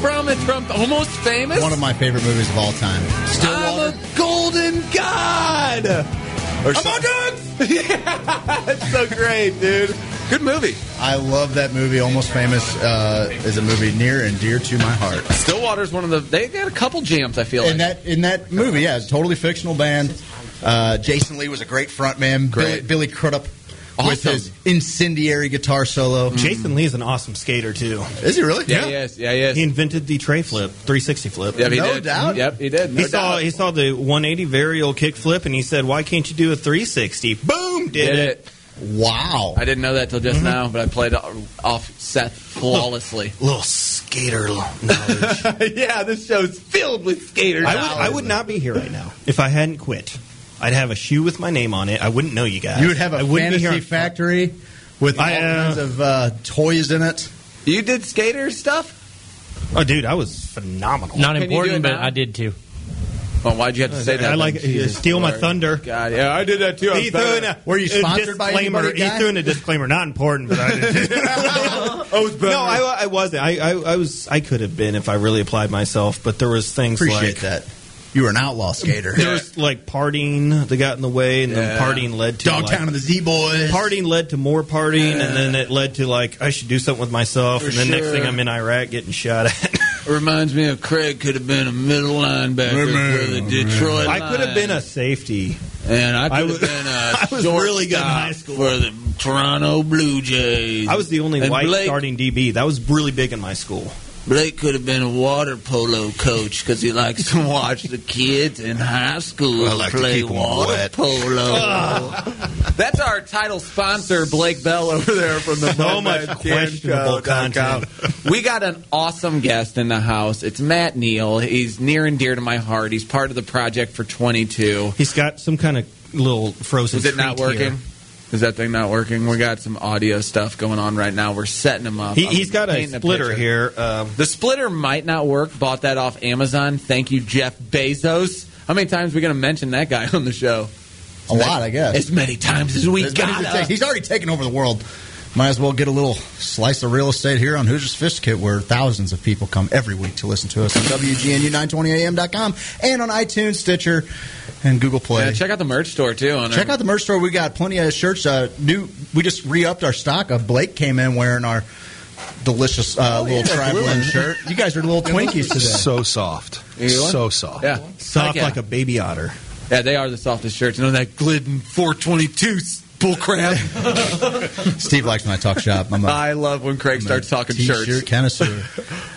from and from almost famous. One of my favorite movies of all time. I'm a golden god. Or I'm on something. yeah, it's so great, dude. Good movie. I love that movie. Almost Famous uh, is a movie near and dear to my heart. Stillwater's one of the. They got a couple jams. I feel In like. that in that movie, yeah, it's a totally fictional band. Uh, Jason Lee was a great frontman. Great. Billy, Billy Crudup with Awesome. his incendiary guitar solo. Mm-hmm. Jason Lee is an awesome skater too. Is he really? yeah, yes, yeah, yes. He invented the tray flip, 360 flip. Yep, he No did. doubt. Yep, he did. No he saw doubt. he saw the 180 varial kick flip, and he said, "Why can't you do a 360?" Boom, did, Did it. it. Wow. I didn't know that till Mm-hmm. just now, but I played off Seth flawlessly. Little skater knowledge. yeah, this show's filled with skaters. I would, I would not be here right now if I hadn't quit. I'd have a shoe with my name on it. I wouldn't know you guys. You would have I a wouldn't be here fantasy on- factory with all I, uh, kinds of uh, toys in it. You did skater stuff? Oh, dude, I was phenomenal. Not Can you do it important, but now? I did too. Well, why'd you have Uh, to say that? I then? like Jesus steal my Lord. thunder. God, yeah, I did that too. I'm He threw in sorry. a, Were you uh, a sponsored by disclaimer. anybody, guy? He threw in a disclaimer. Not important, but I did. no, I, I wasn't. I, I, I was. I could have been if I really applied myself. But there was things Appreciate like that. You were an outlaw skater. there was like partying that got in the way, and Yeah. then partying led to Dogtown Like, of the Z Boys. Partying led to more partying, and then it led to like I should do something with myself. For and then Oh, next sure. thing I'm in Iraq getting shot at. It reminds me of Craig could have been a middle linebacker for the Detroit. I could have been a safety. Lions, and I I could have was- been a I was shortstop really good in high school. for the Toronto Blue Jays. I was the only And white Blake, starting DB. That was really big in my school. Blake could have been a water polo coach because he likes to watch the kids in high school I like to play keep 'em water wet. polo. That's our title sponsor, Blake Bell, over there from the So much Mudman Can questionable Show dot com. We got an awesome guest in the house. It's Matt Neal. He's near and dear to my heart. He's part of the project for 22. He's got some kind of little frozen. Is it not treat working? here. Is that thing not working? We got some audio stuff going on right now. We're setting them up. He, I'm he's got a painting splitter picture. here. Um, The splitter might not work. Bought that off Amazon. Thank you, Jeff Bezos. How many times are we going to mention that guy on the show? a lot, I guess. As many times as we As many as got. it takes. He's already taken over the world. Might as well get a little slice of real estate here on Hoosiers Fish Kit, where thousands of people come every week to listen to us on WGNU920AM.com and on iTunes, Stitcher, and Google Play. Yeah, check out the merch store too. On Check our, out the merch store. We got plenty of shirts. Uh, new. We just re upped our stock. Uh, Blake came in wearing our delicious Oh, uh, little traveling shirt. You guys are little Twinkies today. So soft. You want? So soft. yeah, soft Heck yeah. like a baby otter. yeah. They are the softest shirts. You know that Glidden 422 bullcrap. Steve likes when I talk shop. I'm a I love when Craig starts talking t-shirt shirts. connoisseur.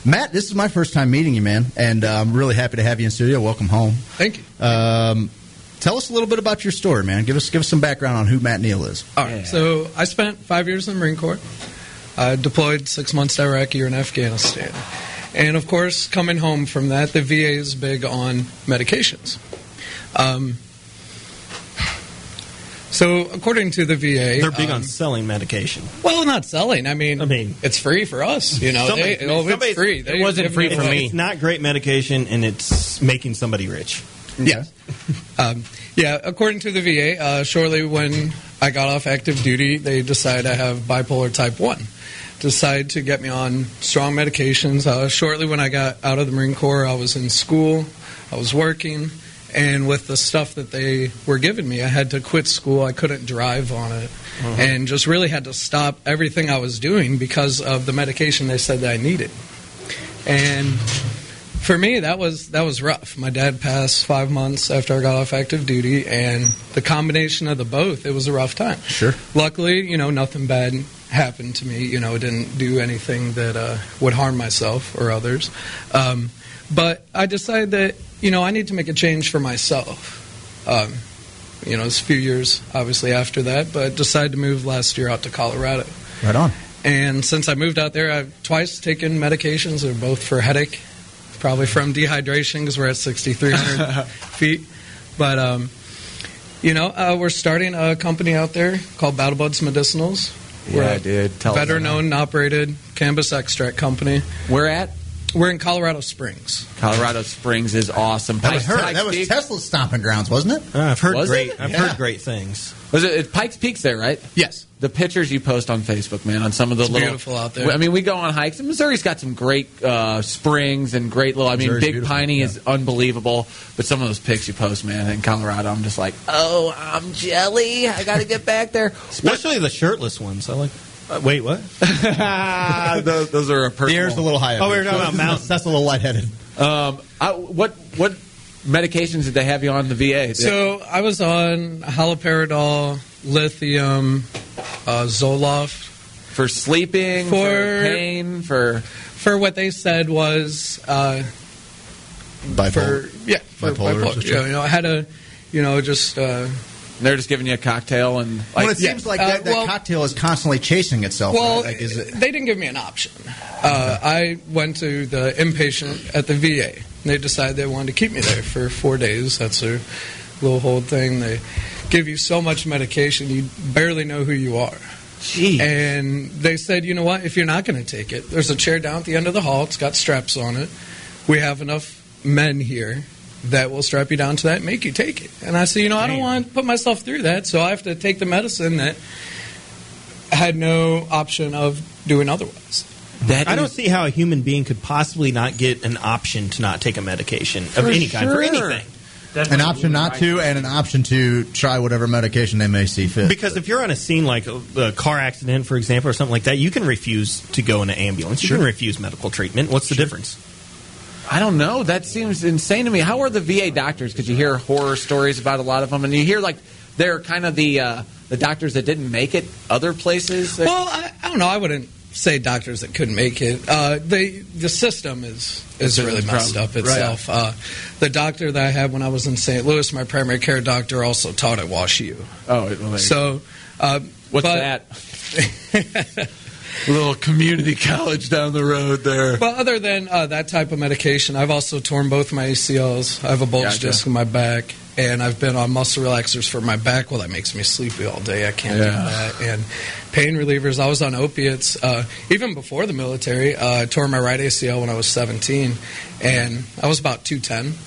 Matt, this is my first time meeting you, man, and uh, I'm really happy to have you in studio. Welcome home. Thank you. Um, tell us a little bit about your story, man. Give us give us some background on who Matt Neal is. All right. Yeah. So I spent five years in the Marine Corps. I deployed six months to Iraq, a year in Afghanistan. And of course, coming home from that, the VA is big on medications. Um, so, according to the VA, They're big um, on selling medication. well, not selling. I mean, I mean- it's free for us. You know, Somebody- they, oh, somebody's- it's free. it They wasn't give free it for away. me. It's not great medication, and it's making somebody rich. Yeah. Um, yeah, according to the VA, uh, shortly when I got off active duty, they decided I have bipolar type 1. Decided to get me on strong medications. Uh, shortly when I got out of the Marine Corps, I was in school, I was working, and with the stuff that they were giving me, I had to quit school. I couldn't drive on it, and just really had to stop everything I was doing because of the medication they said that I needed. And for me that was that was rough my dad passed five months after i got off active duty and the combination of the both it was a rough time Sure. luckily you know nothing bad happened to me you know i didn't do anything that uh, would harm myself or others um, but i decided that you know i need to make a change for myself um, you know it's a few years obviously after that but decided to move last year out to colorado Right on. and since I moved out there, I've twice taken medications. They're both for headache, probably from dehydration because we're at 6,300 feet. But, um, you know, uh, we're starting a company out there called Battle Buds Medicinals. We're a dude. Tell us better about it. known and operated cannabis extract company. We're at We're in Colorado Springs. Colorado Springs is awesome. That was Pikes- her. Pikes That was Peak- Tesla's stomping grounds, wasn't it? Uh, I've heard Was great. it? I've Yeah. heard great things. Was it, it Pikes Peak's there, right? Yes. The pictures you post on Facebook, man, on some of the It's little beautiful out there. I mean, we go on hikes. and Missouri's got some great uh, springs and great little. I mean, Missouri's Big beautiful, Piney yeah. is unbelievable, but some of those pics you post, man, in Colorado, I'm just like, oh, I'm jelly. I got to get back there. Especially the shirtless ones. I like. Uh, wait, what? those, Uh, those are a The personal. air's a little high. up Oh, we here, were talking so about that's- mountains. That's a little lightheaded. Um, I, what what medications did they have you on the VA? So I was on haloperidol, lithium, uh, Zoloft, for sleeping, for, For- pain, for for what they said was uh, for yeah for Bipolar bipolar. disorder. Yeah, you know, I had a you know just uh, they're just giving you a cocktail and like, well, it seems like Uh, that, that well- cocktail is constantly chasing itself. well right? Like, is it, they didn't give me an option. Uh, I went to the inpatient at the VA. They decided they wanted to keep me there for four days. That's their little hold thing. They give you so much medication you barely know who you are. gee. And they said, you know what? If you're not going to take it, there's a chair down at the end of the hall. It's got straps on it. We have enough men here that will strap you down to that and make you take it. And I said, you know, I don't want to put myself through that, so I have to take the medicine that had no option of doing otherwise. That I don't is- see how a human being could possibly not get an option to not take a medication of For any kind for sure. anything. an option not to, and an option to try whatever medication they may see fit. Because if you're on a scene like a, a car accident, for example, or something like that, you can refuse to go in an ambulance. You can refuse medical treatment. What's the difference? I don't know. That seems insane to me. How are the VA doctors? Because you hear horror stories about a lot of them, and you hear like they're kind of the uh, the doctors that didn't make it other places. Well, I, I don't know. I wouldn't say doctors that couldn't make it. Uh, they the system is is really messed up itself. Uh, the doctor that I had when I was in St. Louis, my primary care doctor, also taught at Wash U. oh, it- well, there- So, uh, what's but- that? Little community college down the road there. Well, other than uh, that type of medication, I've also torn both my ACLs. I have a bulge Gotcha. disc in my back, and I've been on muscle relaxers for my back. Well, that makes me sleepy all day. I can't Yeah. do that. And pain relievers. I was on opiates uh, even before the military. Uh, I tore my right ACL when I was 17, and I was about 210.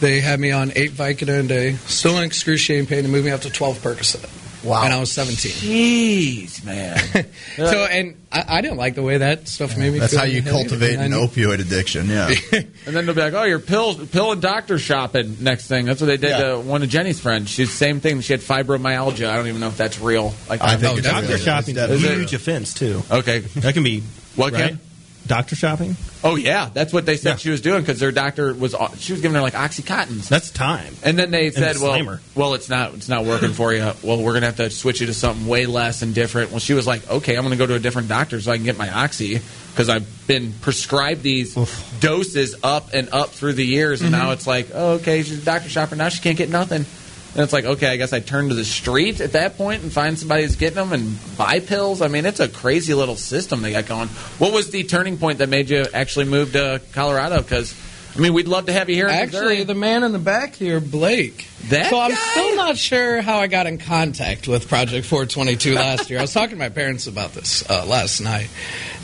They had me on eight Vicodin a day, still in excruciating pain, and moved me up to 12 Percocet. Wow. And I was 17. Jeez, man. So, and I, I didn't like the way that stuff made me That's feel. how you in my head. cultivate And I an knew- opioid addiction. Yeah. And then they'll be like, "Oh, your pill, pill and doctor shopping." Next thing, that's what they did Yeah. to one of Jenny's friends. She's same thing. She had fibromyalgia. I don't even know if that's real. Like, I think Oh, it's really- doctor Doctor it's shopping is a definitely- huge offense too. okay. That can be What right? can? Doctor shopping? Oh yeah, that's what they said Yeah. she was doing because their doctor was she was giving her like oxycontins. That's time. And then they said, the "Well, slammer. well, it's not it's not working for you. Well, we're gonna have to switch you to something way less and different." Well, she was like, "Okay, I'm gonna go to a different doctor so I can get my oxy because I've been prescribed these doses up and up through the years, and now it's like, oh, okay, she's a doctor shopper now. She can't get nothing." And it's like, okay, I guess I turn to the street at that point and find somebody who's getting them and buy pills. I mean, it's a crazy little system they got going. What was the turning point that made you actually move to Colorado? Because I mean, we'd love to have you here. in Actually, Missouri. the man in the back here, Blake. That so I'm guy? still not sure how I got in contact with Project 422 last year. I was talking to my parents about this uh, last night.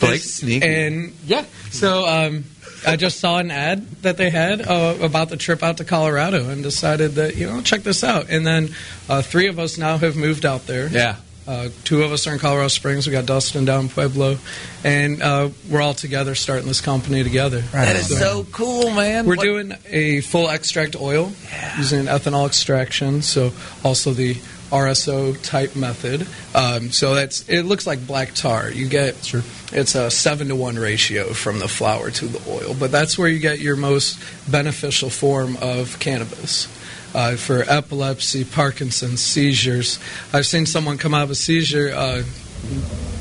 Blake's This- sneaky. And yeah, so um, I just saw an ad that they had uh, about the trip out to Colorado and decided that you know check this out. And then uh, three of us now have moved out there. yeah. Uh, two of us are in Colorado Springs. We got Dustin down in Pueblo, and uh, we're all together starting this company together. Right That on. is so cool, man. We're What- doing a full extract oil using an ethanol extraction, so also the RSO type method. Um, so that's it looks like black tar. You get Sure. it's a seven to one ratio from the flour to the oil, but that's where you get your most beneficial form of cannabis. Uh, for epilepsy, Parkinson's, seizures. I've seen someone come out of a seizure. Uh,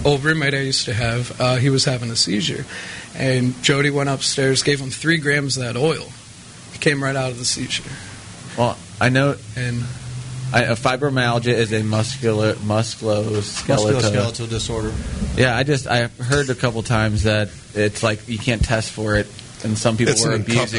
old roommate I used to have, uh, he was having a seizure. And Jody went upstairs, gave him three grams of that oil. He came right out of the seizure. Well, I know And I, a fibromyalgia is a muscular musculoskeletal. Musculoskeletal disorder. Yeah, I just I heard a couple times that it's like you can't test for it, and some people It's were an abusing it.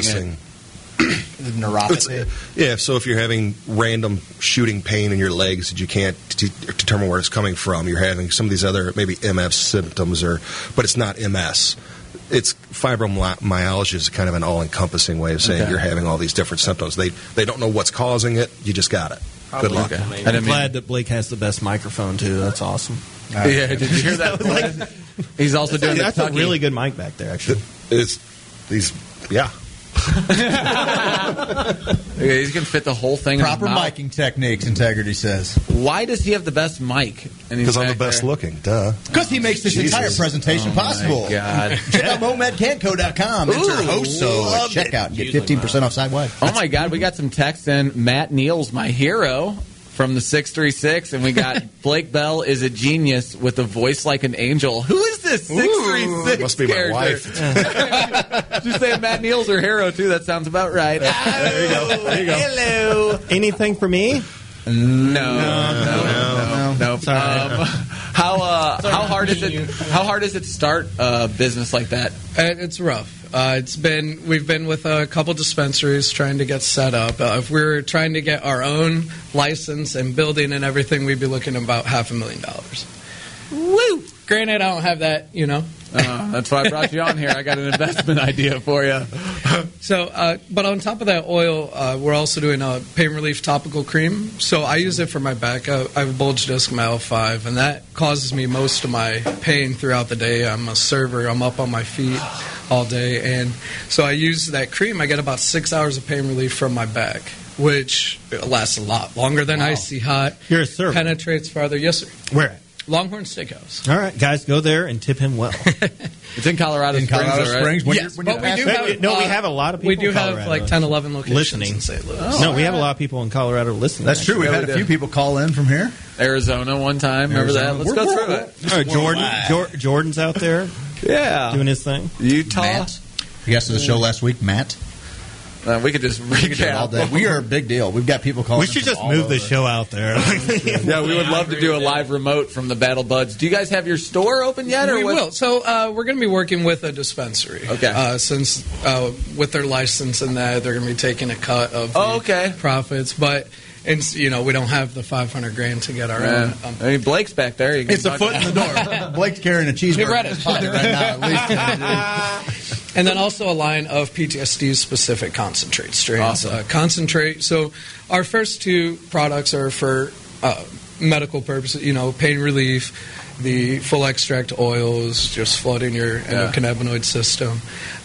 encompassing. It's, Neuropathy. yeah, so if you're having random shooting pain in your legs that you can't t- determine where it's coming from, you're having some of these other maybe MS symptoms, or but it's not MS. It's fibromyalgia is kind of an all-encompassing way of saying Okay. you're having all these different symptoms. They they don't know what's causing it. You just got it. Good luck. Okay. I I'm didn't mean- glad that Blake has the best microphone too. That's awesome. yeah, did you hear that? He's also doing That's the a tucky. really good mic back there, actually. It's these yeah. Yeah, he's gonna fit the whole thing. Proper in his mouth. miking techniques, integrity says. Why does he have the best mic? Because I'm the best looking. Duh. Because he makes this Jesus. entire presentation possible. Oh God. Check out MoMedCanco.com. Enter Ooh, HOSO at loved it. checkout and get 15% off side wide. Oh my God, we got some texts in. Matt Neal's my hero from the 636, and we got Blake Bell is a genius with a voice like an angel. Who is this 636? Must be my character? wife. Just saying Matt Neal's her hero, too. That sounds about right. Oh, There you go. There you go. Hello. Anything for me? No, no, no, no. Um, how uh, how hard is it? How hard is it to start a business like that? Uh, It's rough. Uh, it's been we've been with a couple dispensaries trying to get set up. Uh, if we were trying to get our own license and building and everything, we'd be looking at about half a million dollars. Woo! Granted, I don't have that, you know. Uh, that's why I brought you on here. I got an investment idea for you. So, uh, but on top of that oil, uh, we're also doing a pain relief topical cream. So I use it for my back. I, I have a bulge disc in my L5, and that causes me most of my pain throughout the day. I'm a server. I'm up on my feet all day, and so I use that cream. I get about six hours of pain relief from my back, which lasts a lot longer than icy hot. You're a server. Penetrates farther. Yes, sir. Where? Longhorn Steakhouse. All right, guys, go there and tip him well. It's in Colorado In Springs. Colorado all right? Springs, when yes, you're, when but you're we past- do that- have, no, we uh, have a lot of We people do in have Colorado like 10, 11 locations Oh, listening. in St. Louis. no, we have a lot of people in Colorado listening. That's true. We've Yeah, had we a do. few people call in from here. Arizona one time. Remember that? Uh, Let's go through it. All right, Jordan, Jor- Jordan's out there Yeah. doing his thing. Utah. Matt. The guest of the show last week, Matt. Uh, we could just We could do it all day. recap. We are a big deal. We've got people calling. We in should from just all move the over. show out there. Yeah, we would love to do a live remote from the Battle Buds. Do you guys have your store open yet? Or we what- will. So uh, we're going to be working with a dispensary. Okay. Uh, since uh, with their license and that, they're going to be taking a cut of the Oh, okay. profits. But it's you know we don't have the five hundred grand to get our Yeah. own. Um, Uh, I mean, Blake's back there. You can It's a talk- foot in the door. Blake's carrying a cheeseburger read in his it. pocket right now, at least. and then also a line of PTSD specific concentrate strains. Awesome. Uh, concentrate. So our first two products are for uh, medical purposes. You know, pain relief. The full extract oils just flooding your endocannabinoid system.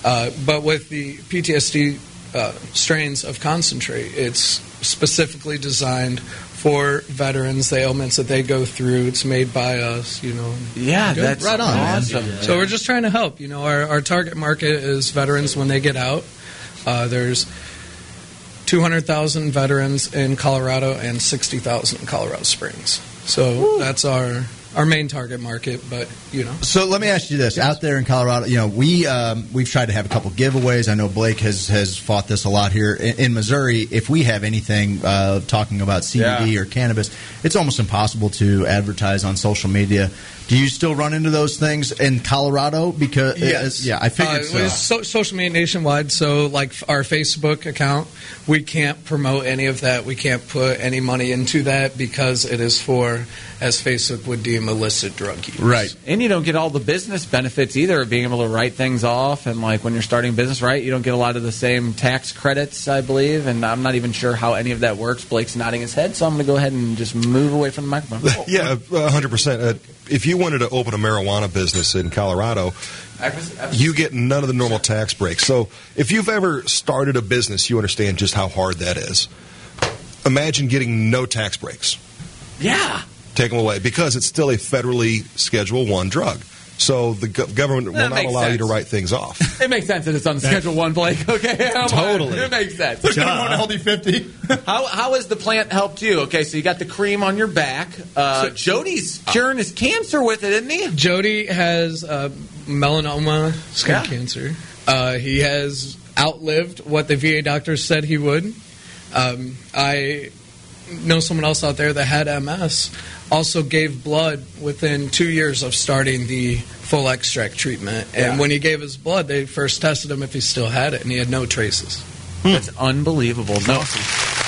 Uh, but with the PTSD uh, strains of concentrate, it's specifically designed for veterans, the ailments that they go through. It's made by us, you know, Yeah, Good. that's Right on, man. awesome. so we're just trying to help. You know, our, our target market is veterans when they get out. Uh, there's 200,000 veterans in Colorado and 60,000 in Colorado Springs. So that's our our main target market. But you know, So let me ask you this: out there in Colorado, you know, we um, we've tried to have a couple giveaways. I know Blake has has fought this a lot here in, in Missouri. If we have anything uh, talking about CBD Yeah. or cannabis, it's almost impossible to advertise on social media. Do you still run into those things in Colorado? Because Yes. yeah, I figured uh, so. it's so, social media nationwide. So, like f- our Facebook account, we can't promote any of that. We can't put any money into that because it is for, as Facebook would deem, illicit drug use. Right. And you don't get all the business benefits either of being able to write things off. And like when you're starting business, right, you don't get a lot of the same tax credits, I believe. And I'm not even sure how any of that works. Blake's nodding his head, so I'm going to go ahead and just move away from the microphone. Yeah, hundred percent. Uh, if you wanted to open a marijuana business in Colorado, you get none of the normal tax breaks. So if you've ever started a business, you understand just how hard that is. Imagine getting no tax breaks. yeah. Take them away because it's still a federally Schedule One drug. So the go- government will That not makes allow you sense. to write things off. It makes sense that it's on Schedule 1, Blake. Okay. come on. Totally. It makes sense. LD fifty. How, how has the plant helped you? Okay, so you got the cream on your back. Uh, Jody's curing his cancer with it, isn't he? Jody has uh, melanoma skin Yeah. cancer. Uh, he has outlived what the VA doctor said he would. Um, I know someone else out there that had MS, also gave blood within two years of starting the full extract treatment. And Yeah. when he gave his blood, they first tested him if he still had it, and he had no traces. That's unbelievable. No,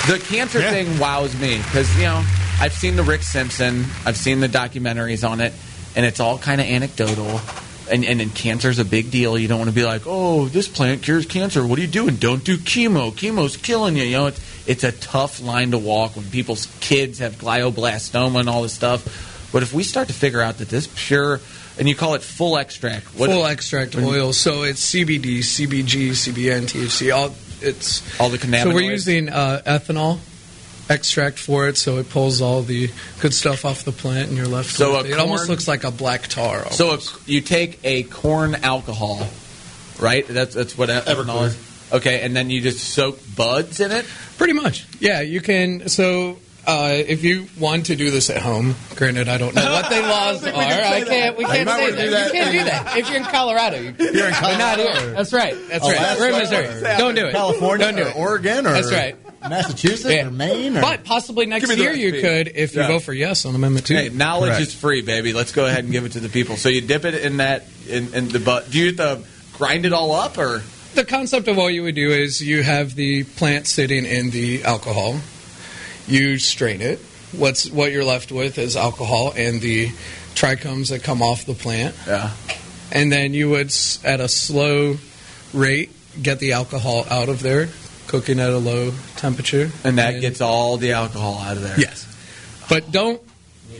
the cancer Yeah. thing wows me because you know I've seen the Rick Simpson, I've seen the documentaries on it, and it's all kind of anecdotal. and and then cancer's a big deal. You don't want to be like, oh, this plant cures cancer. What are you doing? Don't do chemo. Chemo's killing you. You know, it's it's a tough line to walk when people's kids have glioblastoma and all this stuff. But if we start to figure out that this pure and you call it full extract, what- full extract oil. So it's CBD, CBG, CBN, THC. All it's all the cannabinoids. so we're using uh, ethanol extract for it, so it pulls all the good stuff off the plant, and you're left. So with a it. it almost corn- looks like a black tar. Almost. So if you take a corn alcohol, right? That's that's what ethanol is. Okay, and then you just soak buds in it. Pretty much. Yeah, you can. So uh, if you want to do this at home, granted, I don't know what the laws are. I can't. We can't might say wanna that. do You that can't in- do that. If you're in Colorado, you, you're in Colorado. Not here. That's right. That's right. Alaska We're in or Missouri. Don't do it. California Don't do or it. Oregon or That's right. Massachusetts Yeah. or Maine or But possibly next me the year you recipe. could if you Yeah. vote for yes on Amendment Two. Hey, knowledge Correct. is free, baby. Let's go ahead and give it to the people. So you dip it in that in, in the bud. Do you have to grind it all up or? the concept of what you would do is you have the plant sitting in the alcohol. You strain it. What's what you're left with is alcohol and the trichomes that come off the plant. Yeah. And then you would s- at a slow rate get the alcohol out of there, cooking at a low temperature. And that And- gets all the alcohol out of there. Yes. But don't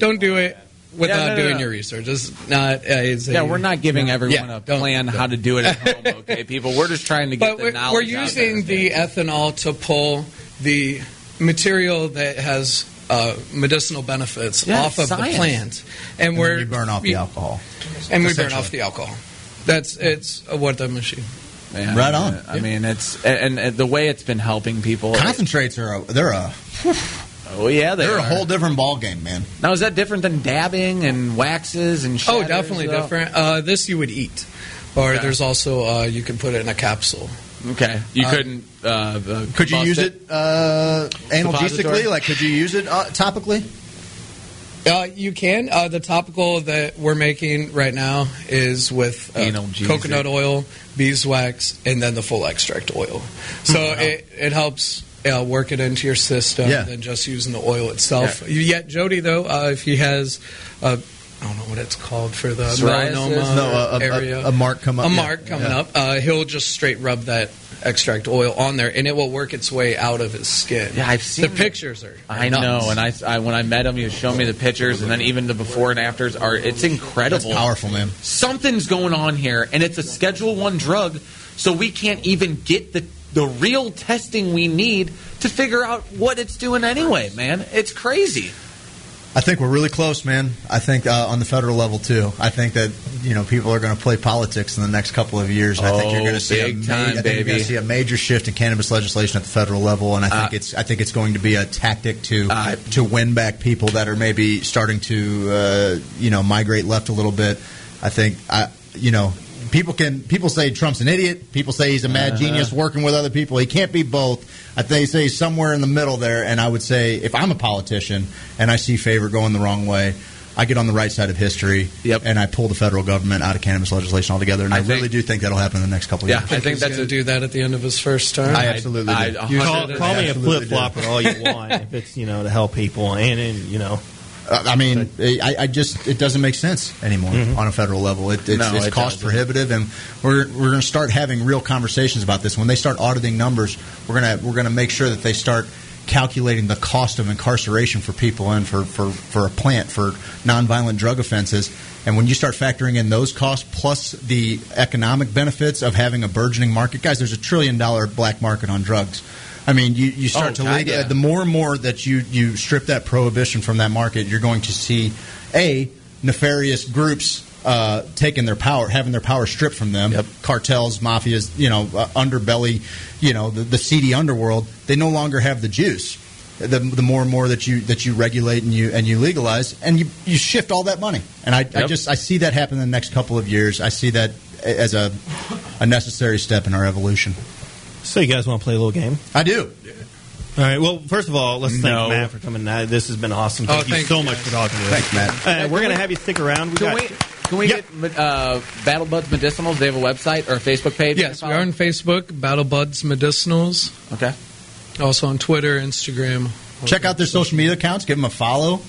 don't do it without no, no, doing no. your research. It's not uh, it's Yeah, a- we're not giving everyone Yeah, a don't- plan how to do it at home, okay, people? We're just trying to get but the we're, knowledge. we're out using there. the ethanol to pull the material that has uh, medicinal benefits Yeah, off of science. the plant, and, and we're then we burn off we- the alcohol. and we burn essentially. off the alcohol. That's it's a what the machine. Man, Right on. I mean, it's and, and the way it's been helping people. Concentrates are a, they're a Oh yeah, they they're are. a whole different ball game, man. Now is that different than dabbing and waxes and? Oh, shatters, definitely though? different. Uh, this you would eat, or Okay. there's also uh, you can put it in a capsule. Okay, you Uh, couldn't. Uh, uh, Could you combust use it uh, Suppository? analgesically? Like, could you use it uh, topically? Uh, you can. Uh, the topical that we're making right now is with uh, Analgesic. coconut oil, beeswax, and then the full extract oil. So it, it helps uh, work it into your system Yeah. than just using the oil itself. Yet Jody, though, uh, if he has, uh, I don't know what it's called for the Psoriasis? melanoma No, a- a- area, a- a mark come up, a yeah, mark coming yeah. up. Uh, he'll just straight rub that extract oil on there, and it will work its way out of his skin. Yeah, I've seen the that. pictures are. are I know, nuts. and I, I when I met him, he was showing me the pictures, and then even the before and afters are. It's incredible. Powerful, man. Something's going on here, and it's a Schedule One drug, so we can't even get the the real testing we need to figure out what it's doing anyway. Man, it's crazy. I think we're really close, man. I think uh, on the federal level too. I think that you know people are going to play politics in the next couple of years. And I think you're Oh, going to see a big ma- time, I think you're going baby. to see a major shift in cannabis legislation at the federal level, and I think Uh, it's I think it's going to be a tactic to Uh, to win back people that are maybe starting to uh, you know migrate left a little bit. I think I you know. People can people say Trump's an idiot. People say he's a mad Uh-huh. genius working with other people. He can't be both. I think they say he's somewhere in the middle there. And I would say if I'm a politician and I see favor going the wrong way, I get on the right side of history. Yep. And I pull the federal government out of cannabis legislation altogether. And I I, think- really do think that'll happen in the next couple of Yeah, years. I think He's that's gonna a. do that at the end of his first term. I absolutely I- do. a You Call, hundred- call me a Absolutely flip flopper all you want if it's you know to help people and, and you know Uh, I mean, I, I just it doesn't make sense anymore Mm-hmm. on a federal level. It, it's No, it's it cost doesn't. prohibitive, and we're we're going to start having real conversations about this. When they start auditing numbers, we're gonna we're gonna make sure that they start calculating the cost of incarceration for people and for, for, for a plant for nonviolent drug offenses. And when you start factoring in those costs plus the economic benefits of having a burgeoning market, guys, there's a trillion dollar black market on drugs. I mean, you, you start Oh, to God, legal, yeah. the more and more that you, you strip that prohibition from that market, you're going to see a nefarious groups uh, taking their power, having their power stripped from them. Yep. Cartels, mafias, you know, uh, underbelly, you know, the, the seedy underworld. They no longer have the juice. The, the more and more that you that you regulate and you and you legalize and you, you shift all that money and I, I Yep. just I see that happen in the next couple of years I see that a- as a a necessary step in our evolution so you guys want to play a little game I do all right well first of all let's No. thank Matt for coming out. this has been awesome Oh, thank you thank so you, much guys. for talking to us thanks Matt Uh, we're gonna have you stick around we Can got we can we Yep. get uh, Battle Buds Medicinals? They have a website or a Facebook page. Yes, we are on Facebook, Battle Buds Medicinals. Okay. Also on Twitter, Instagram. Check out their social media accounts. Give them a follow.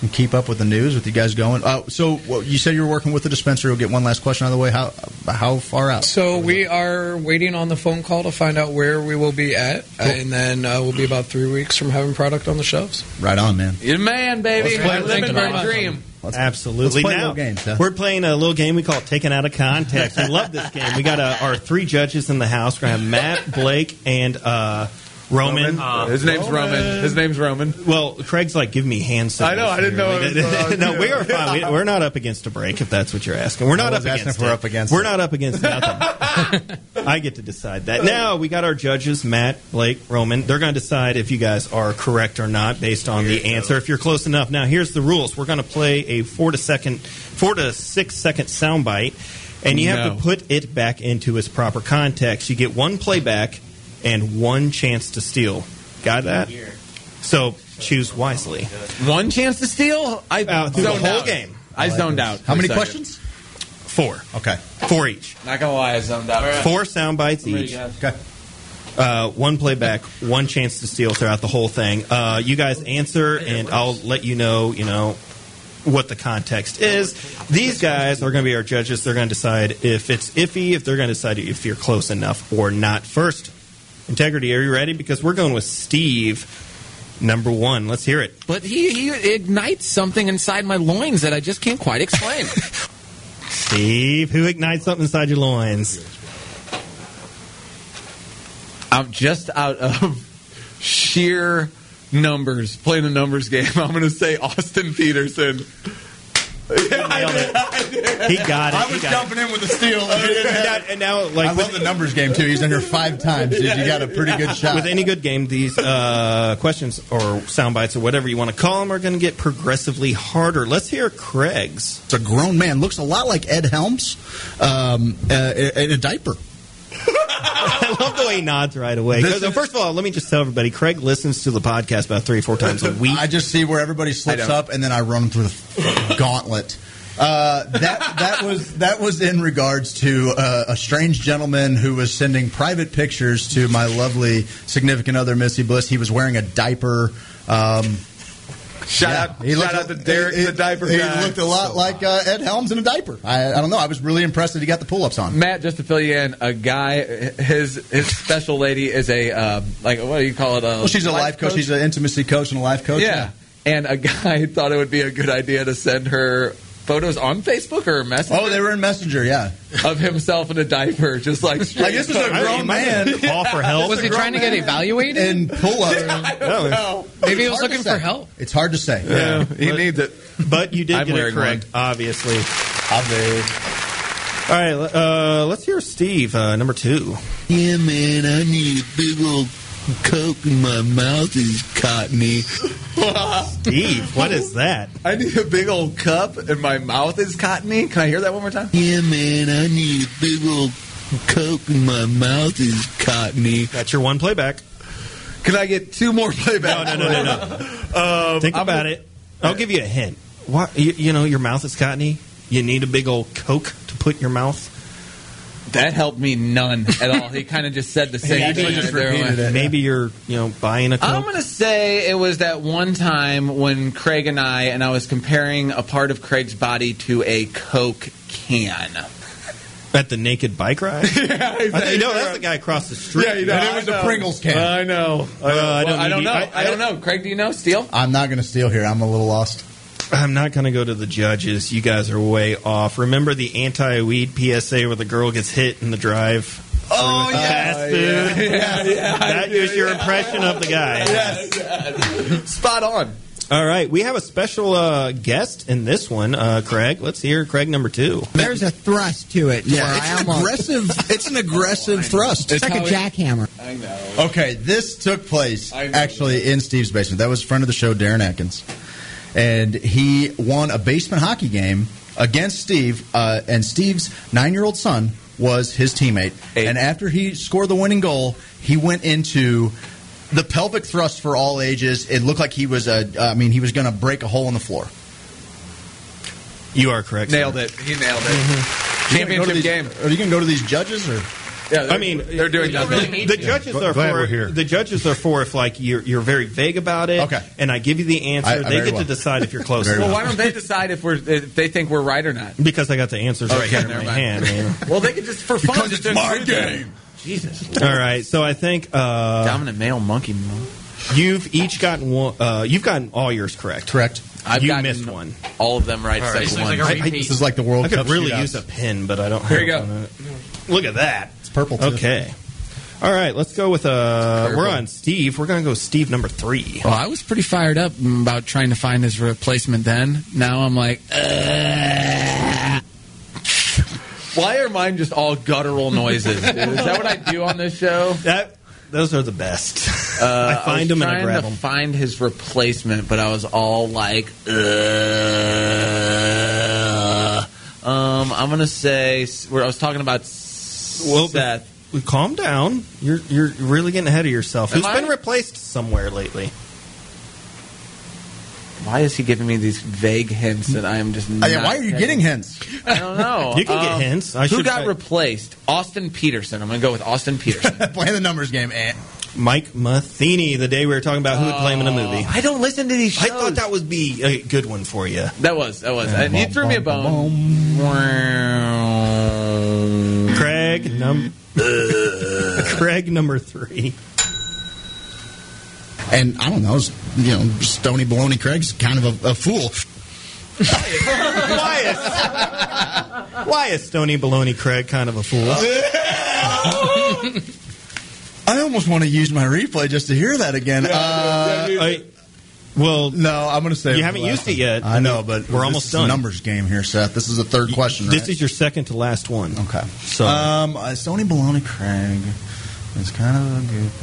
and keep up with the news with you guys going. Uh, so well, you said you were working with the dispensary. We'll get one last question out of the way. How how far out? So we are waiting on the phone call to find out where we will be at, and then uh, we'll be about three weeks from having product on the shelves. Right on, man. You're the man, baby. Let's play I'm it. living Thank my you. dream. Let's- Absolutely. let's play a now, little game, Seth. we're playing a little game we call it Taken Out of Context. I love this game. We got uh, our three judges in the house. We're going to have Matt, Blake, and uh, Roman. His name's Roman. His name's Roman. Well, Craig's like, give me hand signals. I know, I didn't here." know Like, what was going on, no, too. we are fine. We, we're not up against a break, if that's what you're asking. We're not I up was asking against. if we're it. up against We're it. not up against nothing. I get to decide that. Now we got our judges, Matt, Blake, Roman. They're going to decide if you guys are correct or not based on the answer. If you're close enough. Now here's the rules. We're going to play a four to second, four to six second soundbite, and you have No. to put it back into its proper context. You get one playback and one chance to steal. Got that? So choose wisely. One chance to steal? I Out Uh, through the zoned whole out. game. I zoned out. How for a many second. questions? Four. Okay. Four each. Not gonna lie, I zoned out. Four sound bites I'm ready, each. guys. Okay. Uh, one playback, one chance to steal throughout the whole thing. Uh, you guys answer, and I'll let you know. You know what the context is. These guys are going to be our judges. They're going to decide if it's iffy, if they're going to decide if you're close enough or not. First, integrity. Are you ready? Because we're going with Steve, number one. Let's hear it. But he, he ignites something inside my loins that I just can't quite explain. Steve, who ignites something inside your loins? I'm just out of sheer numbers, playing the numbers game. I'm going to say Austin Peterson. Nailed it. He got it. He got it. in with the steal. And now- and now, like I with- love the numbers game too. He's in here five times, dude. You got a pretty good shot. With any good game, these uh, questions or sound bites or whatever you want to call them are going to get progressively harder. Let's hear Craig's. It's a grown man. Looks a lot like Ed Helms um, uh, in a diaper. I love the way he nods right away. 'Cause, uh, first of all, let me just tell everybody, Craig listens to the podcast about three or four times a week. I just see where everybody I slips don't. up, and then I run them through the gauntlet. Uh, that that was that was in regards to uh, a strange gentleman who was sending private pictures to my lovely significant other Missy Bliss. He was wearing a diaper. Um, Shout yeah. out, He shout looked- out to Derek he- the diaper He guy. looked a lot like uh, Ed Helms in a diaper. I, I don't know. I was really impressed that he got the pull ups on. Matt, just to fill you in, a guy, his his special lady is a um, like what do you call it? A Well, she's a life coach. She's an intimacy coach and a life coach. yeah. And a guy thought it would be a good idea to send her photos on Facebook or a message Oh, they were in Messenger. Yeah. of himself in a diaper, just like Like this is a I- he grown might man. call for help. Was he trying to get evaluated? in pull up. no, Maybe he was looking for help. It's hard to say. yeah, he But- needs it. but you did I'm get it wearing correct, obviously. All right, uh, let's hear Steve, uh, number two. Yeah, man, I need a big old coke in my mouth is cottony. Steve, what is that? I need a big old cup, and my mouth is cottony. Can I hear that one more time? Yeah, man, I need a big old coke in my mouth is cottony. That's your one playback. Can I get two more No, playbacks? no, no, no, no. Think Um, I'm about gonna- it. I'll give you a hint. What you, you know, your mouth is cottony. You need a big old Coke to put in your mouth. That helped me none at all. He kind of just said the same Maybe thing. he just there. Oh. repeated it. Yeah. Maybe you're, you know, buying a Coke. I'm gonna say it was that one time when Craig and I and I was comparing a part of Craig's body to a Coke can. At the naked bike ride? I think, no, that's the guy across the street. And it was a Pringles can. I know. Uh, I I don't don't, need you- know. I- I, I- don't know. Craig, do you know? Steele? I'm not going to steal here. I'm a little lost. I'm not going to go to the judges. You guys are way off. Remember the anti-weed PSA where the girl gets hit in the drive? Oh, yeah. Fast food. that was your impression of the guy. Spot on. All right, we have a special uh, guest in this one, uh, Craig. Let's hear Craig number two. There's a thrust to it. where I it's an almost- aggressive. It's an aggressive thrust. it's like a jackhammer. I know. Okay, this took place I know. actually in Steve's basement. That was a friend of the show, Darren Atkins, and he won a basement hockey game against Steve. Uh, and Steve's nine-year-old son was his teammate. Eight. And after he scored the winning goal, he went into the pelvic thrust for all ages. It looked like he was a. I mean, he was going to break a hole in the floor. You are correct. Nailed sir. it. He nailed it. Are you gonna Championship go to Mm-hmm. these- game. Are you going to go to these judges or? Yeah, they're- I mean, they're doing you don't nothing. really need The judges Gl- are glad for we're here. the judges are for if like you're you're very vague about it. Okay. and I give you the answer, I- I they very get well. to decide if you're close. Very enough. Well, why don't they decide if we're if they think we're right or not? Because I got the answers right Okay, here in never my hand. mind. Man. Well, they could just for fun. Because just it's my include them. game. Jesus, All right, so I think uh, dominant male monkey. mo- you've each gotten one. Uh, you've gotten all yours correct. Correct. I've you gotten missed one. All of them right. All right, except so it's one. like a I- I- repeat. This is like the World I could Cup really shootouts. use a pin, but I don't. Here you have go. one. Look at that. It's purple. Too. Okay. All right, let's go with uh. Purple. We're on Steve. We're gonna go Steve number three. Well, Oh, I was pretty fired up about trying to find his replacement then. Now I'm like, uh, Why are mine just all guttural noises? dude? Is that what I do on this show? Uh, That those are the best. I was find them and I trying grab to them. Find his replacement, but I was all like, uh, "Ugh." um, I'm gonna say s- where I was talking about S- Well, but- Seth. Well, Calm down. You're you're really getting ahead of yourself. Am Who's been I? replaced somewhere lately? Why is he giving me these vague hints that I am just? Oh, Uh, yeah, not why are you getting hints? I don't know. Um, You can get hints. I who should- got I- replaced? Austin Peterson. I'm gonna go with Austin Peterson. Play the numbers game. Eh. Mike Matheny. The day we were talking about who would play him in a movie. I don't listen to these. Shows. I thought that would be a good one for you. That was that was. And you threw me a bone. Craig num. Craig number three. And I don't know. s- You know, Stony Baloney Craig's kind of a, a fool. Why is Why is Stony Baloney Craig kind of a fool? Oh! I almost want to use my replay just to hear that again. Uh, I- well, no, I'm going to say You haven't used it yet. I know, but We're this almost is done. A numbers game here, Seth. This is the third question. this right? is your second to last one. okay. So um, uh, Sony Baloney Craig is kind of a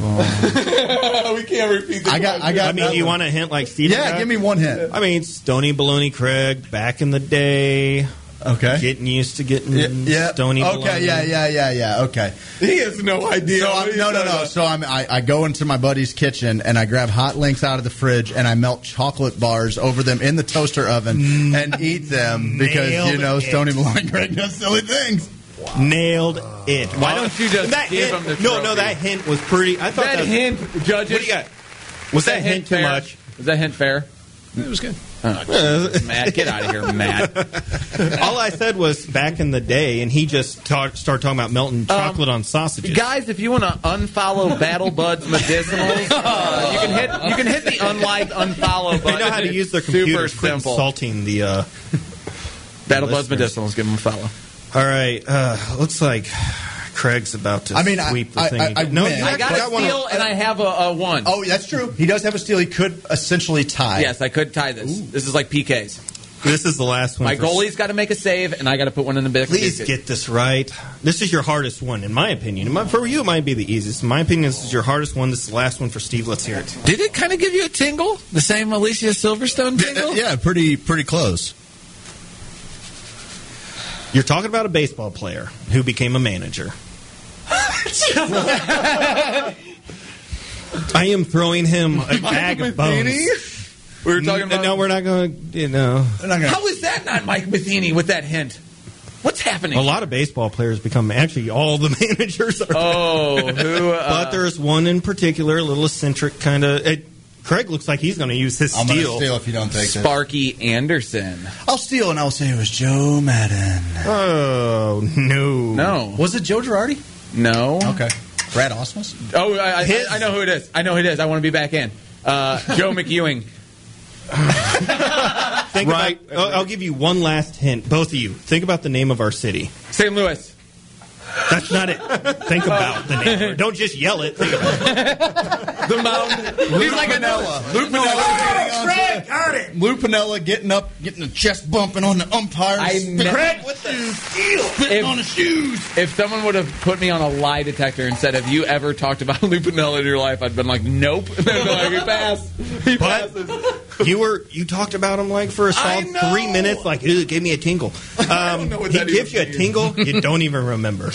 goofball. we can't repeat. I got. I got. I mean, do you nothing. want a hint like Steve? Yeah, got? give me one hint. I mean, Stony Baloney Craig back in the day. Okay. Getting used to getting Yeah, yeah. Stony Okay. Baloney. Yeah. Yeah. Yeah. Yeah. Okay. He has no idea. So I'm, no, no, no. So I'm, I, I go into my buddy's kitchen and I grab hot links out of the fridge and I melt chocolate bars over them in the toaster oven and eat them because you Nailed know it. Stony Malone Greg does silly things. Nailed it. Why don't you just that give hint- him the No, no, trophy? that hint was pretty. I thought That was- hint, judges. What do you got? Was that, hint too fair? much? Was that hint fair? Oh, It was good. Matt, get out of here, Matt. All I said was back in the day, and he just ta- started talking about melting chocolate on sausages. Um, Guys, if you want to unfollow Battle Buds Medicinals, uh, you can hit you can hit the unlike unfollow they button. know how to It's use their computers. Super Quit simple. insulting the. Uh, Battle Buds listeners. Medicinals, give them a follow. all right, uh, looks like Craig's about to. I mean, I- sweep the I- thing. I- I no, win. you I I got got a one steal on- and I have a, a one. Oh, that's true. He does have a steal. He could essentially tie. yes, I could tie this. This is like PKs. This is the last one. My for- goalie's got to make a save, and I got to put one in the big. Please get this right. This is your hardest one, in my opinion. In my- For you, it might be the easiest. In my opinion, this is your hardest one. This is the last one for Steve. Let's hear it. did it kind of give you a tingle? The same Alicia Silverstone tingle? Yeah, pretty pretty close. You're talking about a baseball player who became a manager. I am throwing him a bag of bones. We were talking about. No, we're not going. to, You know, I'm not gonna- How is that not Mike Matheny with that hint? What's happening? a lot of baseball players become actually all the managers are. Oh, who? Uh, but there's one in particular, a little eccentric kind of. Craig looks like he's going to use his I'm gonna steal. steal if you don't take it. Sparky Anderson. I'll steal and I'll say it was Joe Madden. Oh no! No, Was it Joe Girardi? no. Okay. Brad Osmus? Oh, I, I, His- I know who it is. I know who it is. I want to be back in. Uh, Joe McEwing. Think Right. about- I'll- I'll give you one last hint. Both of you, think about the name of our city. St. Louis. That's not it. Think about the name. Don't just yell it. Think about it. The mound. Lou like Pinella. Lou Pinella getting on got it. Lou Pinella getting up, getting the chest bumping on the umpire. I spitting ne- Craig with the steal. If- on the shoes. If someone would have put me on a lie detector and said, "Have you ever talked about Lupinella in your life?" I'd been like, "Nope." And they'd be like, "He passed." He passes. You were you talked about him like for a solid know. three minutes, like "Ew, it gave me a tingle. Um, know what he that gives you even a tingle you don't even remember.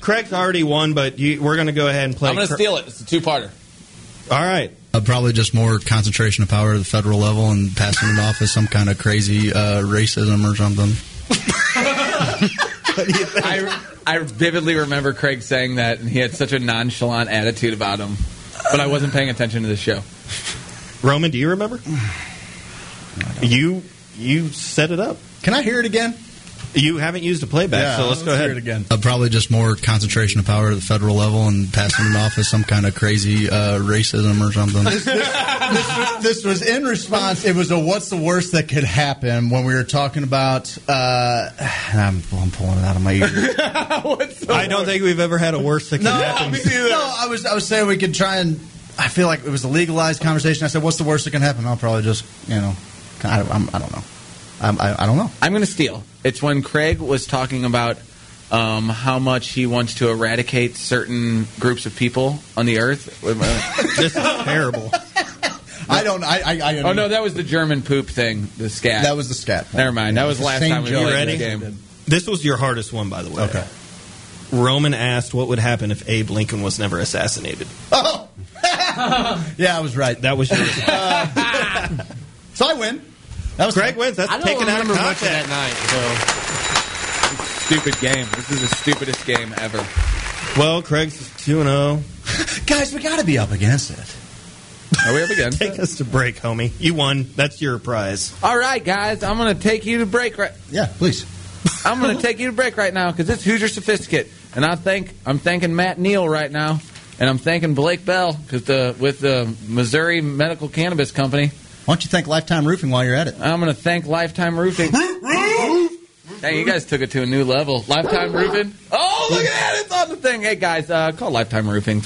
Craig's already won, but you, we're going to go ahead and play. I'm gonna Cra- steal it. It's a two-parter. All right, Uh, probably just more concentration of power at the federal level and passing it off as some kind of crazy uh, racism or something. I, I vividly remember Craig saying that, and he had such a nonchalant attitude about him. But I wasn't paying attention to the show. Roman, do you remember? You you set it up. Can I hear it again? You haven't used a playback, so let's, go ahead. Hear it again. Uh, probably just more concentration of power at the federal level and passing it off as some kind of crazy uh, racism or something. this, was, this was in response. It was a what's the worst that could happen when we were talking about. Uh, I'm, I'm pulling it out of my ear. I don't think we've ever had a worse that could happen. no, I was I was saying we could try and. I feel like it was a legalized conversation. I said, "What's the worst that can happen?" I'll probably just you know, I, I'm, I don't know. I'm, I, I don't know. I'm going to steal. It's when Craig was talking about um, how much he wants to eradicate certain groups of people on the earth. This is terrible. I don't. I. I, I oh no, that was the German poop thing. The scat. that was the scat. point. Never mind. That Yeah, was it's the last same time we joke. played ready? this game. This was your hardest one, by the way. Okay. Roman asked what would happen if Abe Lincoln was never assassinated. Oh. yeah, I was right. That was your response. So I win. That was Greg wins. That's I don't taken out of remember much context. of that night, Stupid game. This is the stupidest game ever. Well, Craig's oh. 2 0. Guys, we got to be up against it. Are we up again? Take us to break, homie. You won. That's your prize. All right, guys. I'm going to take you to break. Right. Yeah, please. I'm going to take you to break right now because it's Hoosier Sophisticate, and I think I'm thanking Matt Neal right now, and I'm thanking Blake Bell because the with the Missouri Medical Cannabis Company. Why don't you thank Lifetime Roofing while you're at it? I'm going to thank Lifetime Roofing. Hey, you guys took it to a new level. Lifetime Roofing. Oh, look at that. It's on the thing. Hey, guys, uh, call Lifetime Roofing,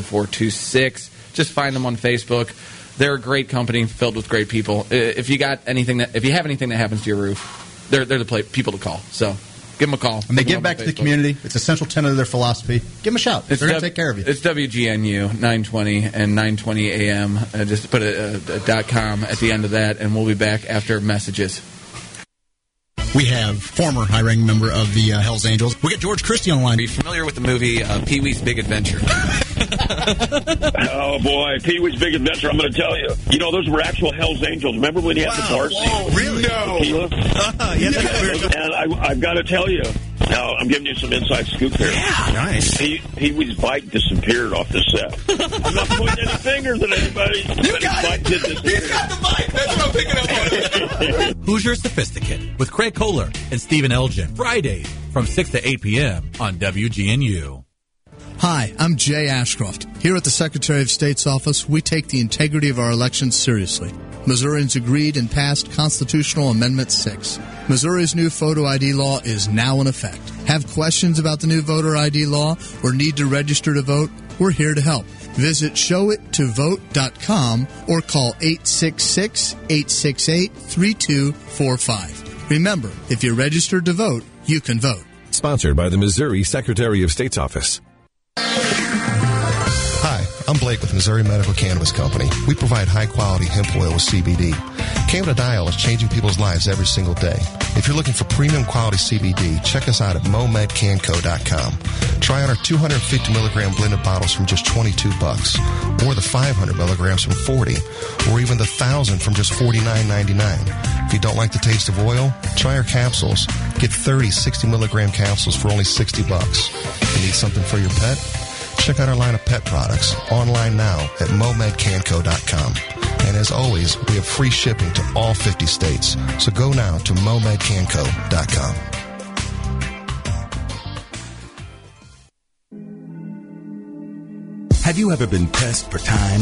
314-800-0426. Just find them on Facebook. They're a great company filled with great people. I- If you got anything that, if you have anything that happens to your roof, they're, they're the pla people to call. So give them a call. And they Look 'em give up back on to the Facebook. community. It's a central tenet of their philosophy. Give them a shout. They're going to W- take care of you. It's WGNU 920 and 920 AM. Uh, just put a, a, a dot com at the end of that, and we'll be back after messages. We have former high ranking member of the uh, Hells Angels. We got George Christie on the line. familiar with the movie uh, Pee Wee's Big Adventure? Oh boy, Pee Wee's Big Adventure! I'm going to tell you. You know, those were actual Hell's Angels. Remember when he had the bar scene? really? Uh-huh. Tequila? yeah, that's weird. And I, I've got to tell you, now I'm giving you some inside scoop here. Nice. Pee Pee Wee's bike disappeared off the set. I'm not pointing any fingers at anybody, but his bike did disappear. Hoosier Sophisticate with Craig Kohler and Stephen Elgin. Fridays from 6 to 8 p.m. on WGNU. Hi, I'm Jay Ashcroft. Here at the Secretary of State's office, we take the integrity of our elections seriously. Missourians agreed and passed Constitutional Amendment 6. Missouri's new photo ID law is now in effect. Have questions about the new voter ID law or need to register to vote? We're here to help. Visit showittovote.com or call 866 868 3245. Remember, if you're registered to vote, you can vote. Sponsored by the Missouri Secretary of State's office. Hi, I'm Blake with Missouri Medical Cannabis Company. We provide high quality hemp oil with CBD. Cannabidiol is changing people's lives every single day. If you're looking for premium quality CBD, check us out at momedcanco.com. Try out our 250 milligram blended bottles from just 22 bucks, or the 500 milligrams from 40, or even the 1000 from just 49.99. If you don't like the taste of oil, try our capsules. Get 30 60 milligram capsules for only 60 bucks. You need something for your pet? Check out our line of pet products online now at momedcanco.com. And as always, we have free shipping to all 50 states. So go now to momedcanco.com. Have you ever been pressed for time?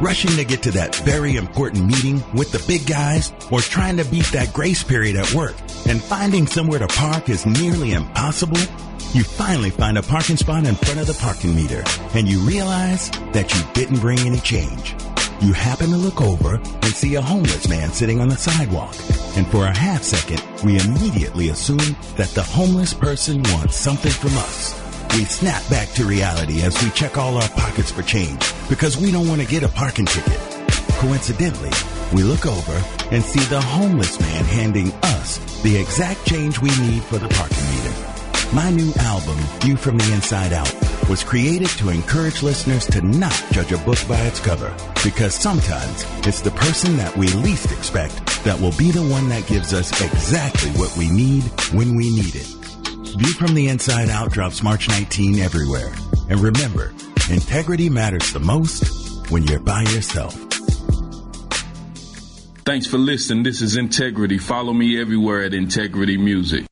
Rushing to get to that very important meeting with the big guys or trying to beat that grace period at work and finding somewhere to park is nearly impossible? You finally find a parking spot in front of the parking meter and you realize that you didn't bring any change. You happen to look over and see a homeless man sitting on the sidewalk. And for a half second, we immediately assume that the homeless person wants something from us. We snap back to reality as we check all our pockets for change because we don't want to get a parking ticket. Coincidentally, we look over and see the homeless man handing us the exact change we need for the parking meter. My new album, View from the Inside Out, was created to encourage listeners to not judge a book by its cover because sometimes it's the person that we least expect that will be the one that gives us exactly what we need when we need it. View from the inside out drops March 19 everywhere. And remember, integrity matters the most when you're by yourself. Thanks for listening. This is Integrity. Follow me everywhere at Integrity Music.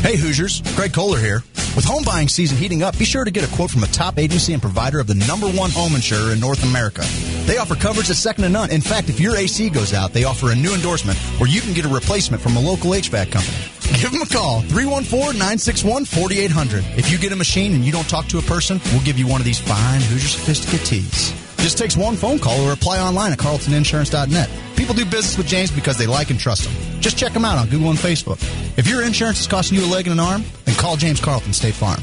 Hey Hoosiers, Greg Kohler here. With home buying season heating up, be sure to get a quote from a top agency and provider of the number one home insurer in North America. They offer coverage that's second to none. In fact, if your AC goes out, they offer a new endorsement where you can get a replacement from a local HVAC company. Give them a call, 314-961-4800. If you get a machine and you don't talk to a person, we'll give you one of these fine Hoosier Sophisticate teas. Just takes one phone call or apply online at carltoninsurance.net. People do business with James because they like and trust him. Just check him out on Google and Facebook. If your insurance is costing you a leg and an arm, then call James Carlton State Farm.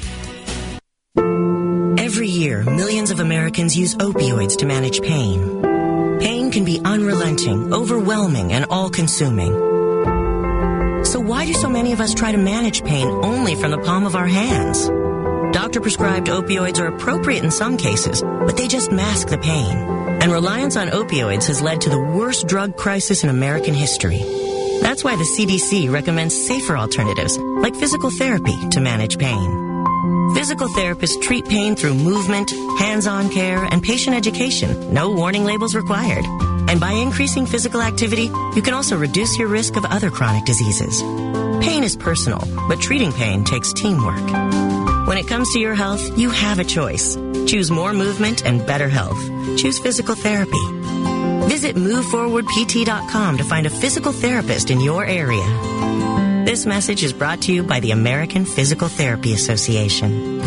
Every year, millions of Americans use opioids to manage pain. Pain can be unrelenting, overwhelming, and all consuming. So, why do so many of us try to manage pain only from the palm of our hands? Doctor prescribed opioids are appropriate in some cases, but they just mask the pain. And reliance on opioids has led to the worst drug crisis in American history. That's why the CDC recommends safer alternatives, like physical therapy, to manage pain. Physical therapists treat pain through movement, hands-on care, and patient education. No warning labels required. And by increasing physical activity, you can also reduce your risk of other chronic diseases. Pain is personal, but treating pain takes teamwork. When it comes to your health, you have a choice. Choose more movement and better health. Choose physical therapy. Visit moveforwardpt.com to find a physical therapist in your area. This message is brought to you by the American Physical Therapy Association.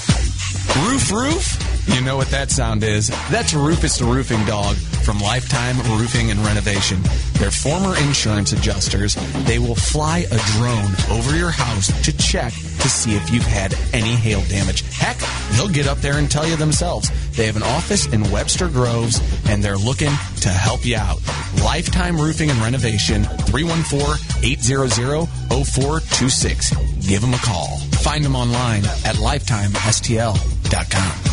Roof, roof? You know what that sound is. That's Rufus the Roofing Dog from Lifetime Roofing and Renovation. They're former insurance adjusters. They will fly a drone over your house to check to see if you've had any hail damage. Heck, they'll get up there and tell you themselves. They have an office in Webster Groves and they're looking to help you out. Lifetime Roofing and Renovation, 314-800-0426. Give them a call. Find them online at lifetimestl.com.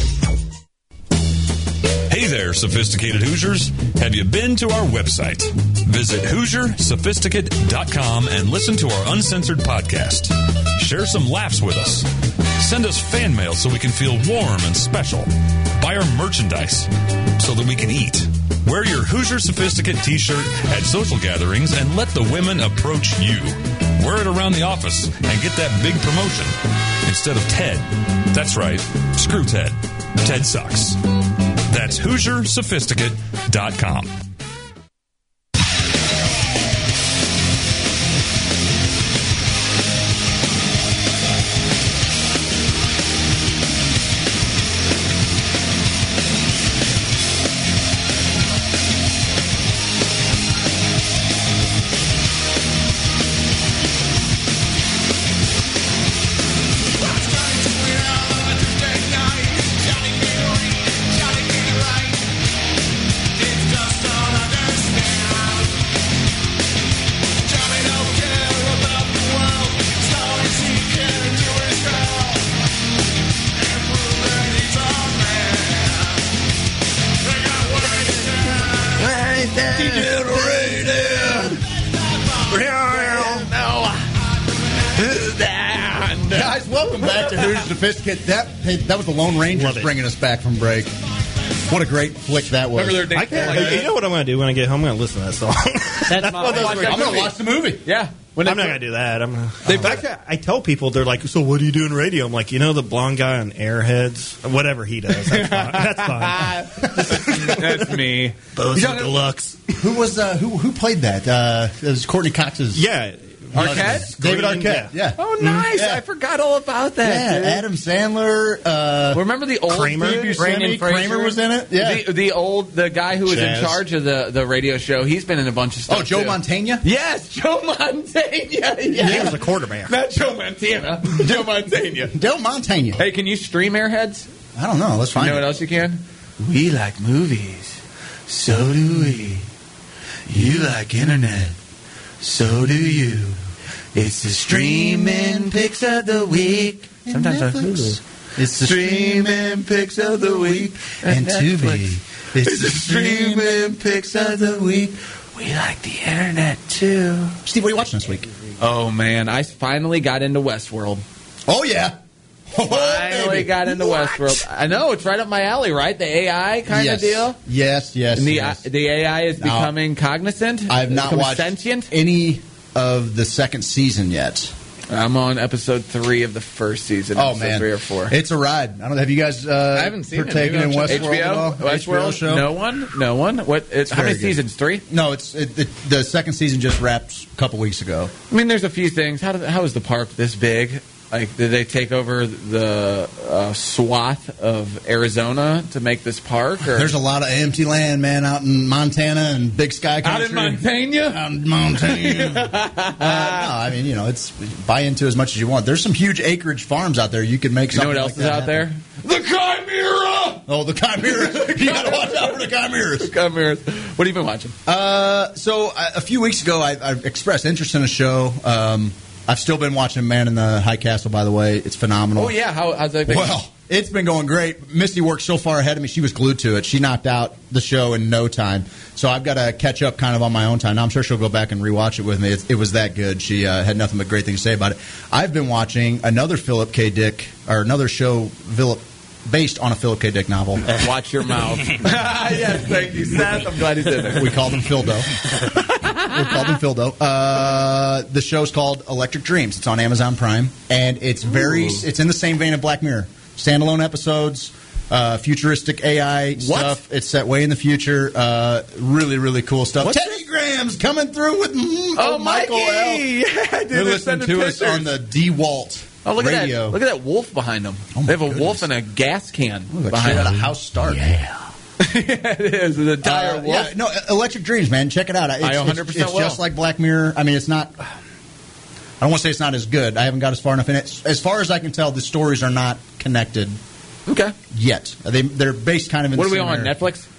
Hey there, sophisticated Hoosiers. Have you been to our website? Visit HoosierSophisticate.com and listen to our uncensored podcast. Share some laughs with us. Send us fan mail so we can feel warm and special. Buy our merchandise so that we can eat. Wear your Hoosier Sophisticate t shirt at social gatherings and let the women approach you. Wear it around the office and get that big promotion instead of Ted. That's right, screw Ted. Ted sucks. That's HoosierSophisticate.com. Right there. Right there. Guys, welcome back to Who's Sophisticate. That hey, that was the Lone Rangers bringing us back from break. What a great flick that was! I can't- you know what I'm going to do when I get home? I'm going to listen to that song. That's my- watch that I'm going movie. to watch the movie. Yeah. I'm not gonna do that. I'm gonna. I, I tell people they're like, "So what do you do in radio?" I'm like, "You know the blonde guy on Airheads, whatever he does. That's fine. That's, fine. that's me. Bozo Deluxe. Who was uh, who? Who played that? Uh, it was Courtney Cox's. Yeah, Arquette? David Green, Arquette. Yeah. Oh, nice. I forgot all about that. Yeah, dude. Adam Sandler. Uh, Remember the old Kramer? Steve Buscemi, Kramer Frazier? was in it. Yeah. The, the old the guy who was Chaz. in charge of the, the radio show. He's been in a bunch of stuff. Oh, Joe too. Montana. Yes, Joe Montana. Yeah, He was a quarterback. Not Joe Montana. Joe Montana. Joe Montana. Hey, can you stream Airheads? I don't know. Let's find You know it. what else you can? We like movies. So do we. You like internet. So do you. It's the streaming picks of the week. Sometimes I Hulu. It's the streaming picks of the week. And Tubi. It's the streaming picks of the week. We like the internet too. Steve, what are you watching this week? Oh man, I finally got into Westworld. Oh yeah. Finally got into Westworld. I know it's right up my alley, right? The AI kind yes. of deal. Yes, yes. and the yes. the AI is No. becoming cognizant. I have not Becoming watched sentient. any of the second season yet. I'm on episode three of the first season. Oh episode man, three or four. It's a ride. I don't. Have you guys? Uh, I haven't seen it. partaken Maybe in I'll Westworld check- at all? HBO? Oh, Westworld? HBO show? No one. No one. What? It's how very many good. seasons? Three. No, it's it, the, the second season just wrapped a couple weeks ago. I mean, there's a few things. How did, how is the park this big? Like, did they take over the uh, swath of Arizona to make this park? Or There's a lot of empty land, man, out in Montana and Big Sky Out country. in Montana. Out in Montana. Uh, no, I mean, you know, it's buy into as much as you want. There's some huge acreage farms out there. You could make You know something what else is like that out happen. there? The Chimera. Oh, the Chimeras. you gotta watch out for the Chimeras. The Chimeras. What have you been watching? Uh, so I, a few weeks ago, I, I expressed interest in a show. Um, I've still been watching Man in the High Castle. By the way, it's phenomenal. Oh yeah. How, how's that? been? Well, it's been going great. Misty worked so far ahead of me; she was glued to it. She knocked out the show in no time. So I've got to catch up, kind of on my own time. Now I'm sure she'll go back and rewatch it with me. It, it was that good. She uh, had nothing but great things to say about it. I've been watching another Philip K. Dick or another show, Philip, based on a Philip K. Dick novel. Watch your mouth. yes, thank you, Seth. I'm glad he's in there. we call them Phildo. we call them Phildo. Uh, the show's called Electric Dreams. It's on Amazon Prime, and it's very. Ooh. It's in the same vein of Black Mirror. Standalone episodes, uh, futuristic AI stuff. It's set way in the future. Uh, really, really cool stuff. Teddy Graham's coming through with mm, Oh, old Michael L. Mikey! Yeah, dude, They're they're listening sending to us pictures. on the DeWalt Oh, look at radio. Oh, that! Look at that wolf behind them. they have a wolf and a gas can Look behind at them. a house start. it is an entire wolf. Yeah, no, E-, Electric Dreams, man. Check it out. It's, I it's- 100% It's will. just like Black Mirror. I mean, it's not. I don't want to say it's not as good. I haven't got as far enough in it. As far as I can tell, the stories are not connected. Okay. Yet they they're based kind of in. What are the we same on? area. Netflix,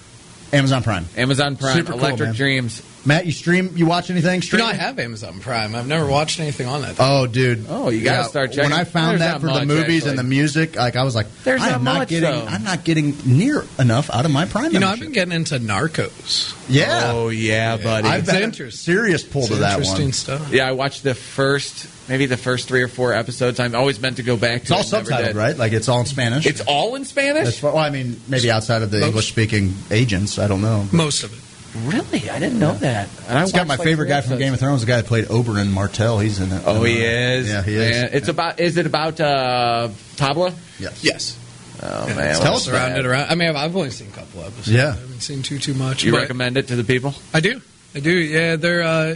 Amazon Prime. Amazon Prime, Super cool, Electric man. Dreams. Matt, you stream? You watch anything? You Stream? know, I have Amazon Prime. I've never watched anything on that. Oh, dude. Oh, you gotta Yeah, start checking. When I There's found that not for the much, movies actually. and the music, like I was like, There's not I'm not much, getting, though. I'm not getting near enough out of my Prime. You know, I've membership. been getting into Narcos. yeah. Oh yeah, buddy. I've It's been inter- serious pull it's to that interesting one. stuff. yeah, I watched the first, maybe the first three or four episodes. I've always meant to go back It's to. all it, never subtitled, did. right? Like it's all in Spanish. It's all in Spanish. That's, well, I mean, maybe outside of the English-speaking agents, I don't know. Most of it. Really, I didn't know that. And I It's got watched, my like, favorite three guy from episodes. Game of Thrones, the guy that played Oberyn Martell. He's in it. Oh, he is. Yeah, he is. Man, It's about. Is it about uh, Pablo? Yes. Yes. Oh Yeah, man, it's what a surrounded bad- around. I mean, I've- I've only seen a couple episodes. Yeah. I haven't seen too too much. You but recommend it to the people? I do. I do. Yeah, they're uh,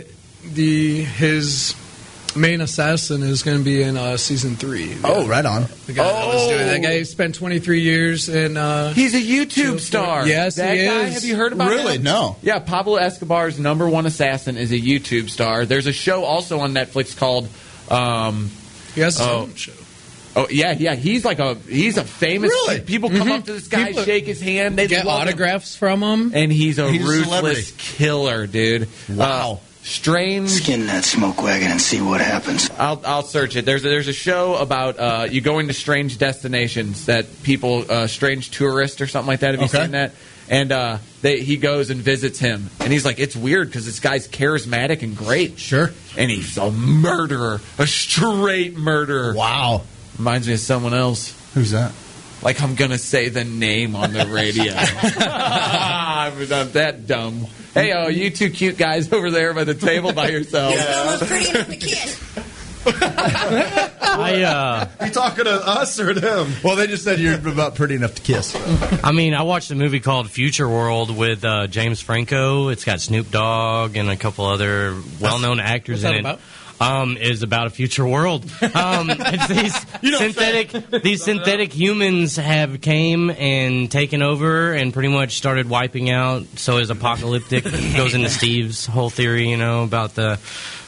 the his main assassin is going to be in uh, season three. Oh, right on. The guy that was doing that guy spent 23 years in. Uh, Oh! He's a YouTube Joe star. Flynn. Yes, that he guy. is. Have you heard about Really? him? No. Yeah, Pablo Escobar's number one assassin is a YouTube star. There's a show also on Netflix called. Um, he has his oh, own show. oh yeah, yeah. He's like a he's a famous. Really? People come Mhm. up to this guy, People- shake his hand, they Get love him. autographs from him. and he's a Mm-hmm. He's a ruthless celebrity. killer, dude. Wow. strange. Skin that smoke wagon and see what happens. I'll, I'll search it. There's a, there's a show about uh, you going to strange destinations that people, uh, strange tourists or something like that. Have you Okay. seen that? And uh, they, he goes and visits him, and he's like, it's weird because this guy's charismatic and great. Sure. And he's a murderer, a straight murderer. Wow. Reminds me of someone else. Who's that? Like I'm gonna say the name on the radio. I was not that dumb. Hey, oh, you two cute guys over there by the table by yourselves. I uh, You talking to us or them? Well, they just said you're about pretty enough to kiss. I mean, I watched a movie called Future World with uh, James Franco. It's got Snoop Dogg and a couple other well-known actors what's that in it. Um, is about a future world. Um, it's these synthetic, these synthetic humans have came and taken over and pretty much started wiping out. So it's apocalyptic. goes into Steve's whole theory, you know, about the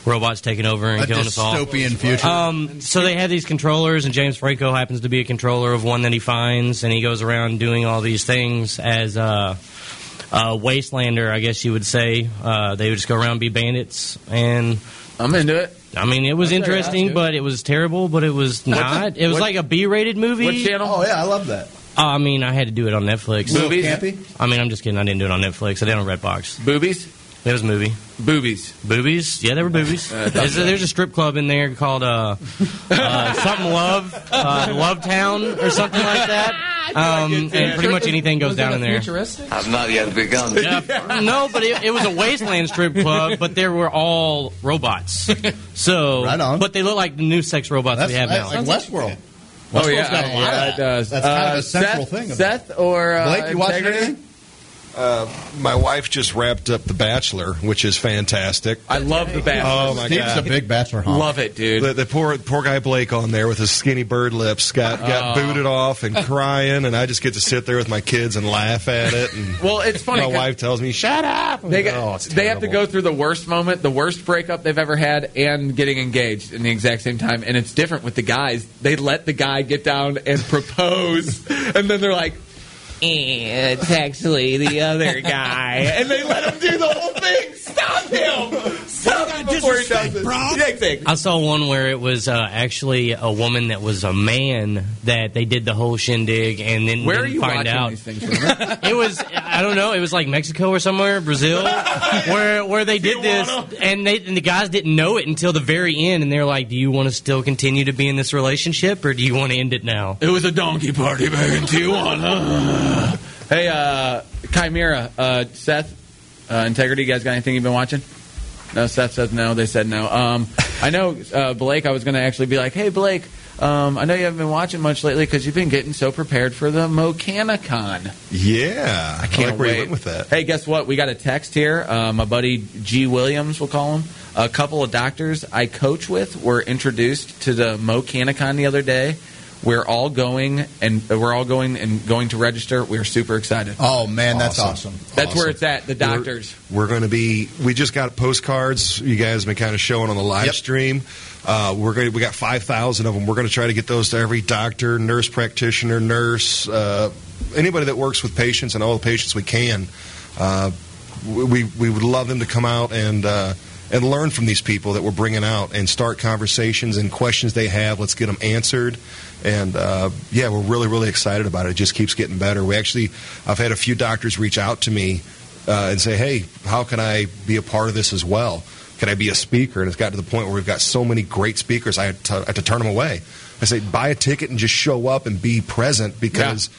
robots taking over and A killing us all. dystopian future. Um, so they have these controllers, and James Franco happens to be a controller of one that he finds, and he goes around doing all these things as a, a wastelander, I guess you would say. Uh, they would just go around and be bandits, and I'm into it. I mean, it was I'll check it out, interesting, dude. but it was terrible, but it was What's not. it- It was what- like a B-rated movie. What channel? Oh yeah, I love that. Uh, I mean, I had to do it on Netflix. Movies? Campy. I mean, I'm just kidding. I didn't do it on Netflix. I did it on Redbox. Boobies? It was a movie. Boobies. Boobies? Yeah, there were boobies. Uh, I thought there's, so. a, there's a strip club in there called uh, uh, something Love, uh, Love Town, or something like that. Um, and pretty much anything goes down in there. I've not Uh, yet begun. Yeah, no, but it, it was a wasteland strip club, but there were all robots. So, right on. but they look like the new sex robots we have now. Like Westworld. Oh, Westworld's yeah, got a lot yeah, of that. it does. That's kind of Uh, a central Seth- thing. About Seth it. or, uh, Blake, you watching Integrity? anything? Uh, my wife just wrapped up The Bachelor, which is fantastic. I love The Bachelor. Oh my Steve's god, a big Bachelor. Huh? Love it, dude. The, the poor poor guy Blake on there with his skinny bird lips got got Oh. booted off and crying, and I just get to sit there with my kids and laugh at it. And Well, it's funny My 'cause- wife tells me, "Shut up." They, got, Oh, it's they have to terrible. go through the worst moment, the worst breakup they've ever had, and getting engaged in the exact same time. And it's different with the guys. They let the guy get down and propose, and then they're like, "Eh, it's actually the other guy. And they let him do the whole thing. Stop him! Stop him before he does it. Yeah, exactly. I saw one where it was uh, actually a woman that was a man that they did the whole shindig and then Where didn't are you find watching out. these things? it was I don't know. It was like Mexico or somewhere, Brazil, where where they did this, and they and the guys didn't know it until the very end, and they're like, "Do you want to still continue to be in this relationship, or do you want to end it now?" It was a donkey party back in Tijuana. hey, uh, Chimera, uh, Seth, uh, Integrity, you guys got anything you've been watching? No, Seth says no. They said no. Um, I know, uh, Blake, I was going to actually be like, hey, Blake, um, I know you haven't been watching much lately because you've been getting so prepared for the MoCanaCon. Yeah, I can't like where you wait. went with that. Hey, guess what? We got a text here. Uh, my buddy G. Williams, we'll call him. A couple of doctors I coach with were introduced to the Mo Canicon the other day. We're all going and we're all going and going to register. We're super excited. Oh man, that's awesome. That's where it's at. The doctors. We're going to be. We just got postcards. You guys have been kind of showing on the live stream. Uh, we're going. to We got five thousand of them. We're going to try to get those to every doctor, nurse practitioner, nurse, uh, anybody that works with patients, and all the patients we can. Uh, we we would love them to come out and. Uh, and learn from these people that we're bringing out, and start conversations and questions they have. Let's get them answered, and uh, yeah, we're really really excited about it. It just keeps getting better. We actually, I've had a few doctors reach out to me uh, and say, hey, how can I be a part of this as well? Can I be a speaker? And it's got to the point where we've got so many great speakers, I had to, I had to turn them away. I say, buy a ticket and just show up and be present because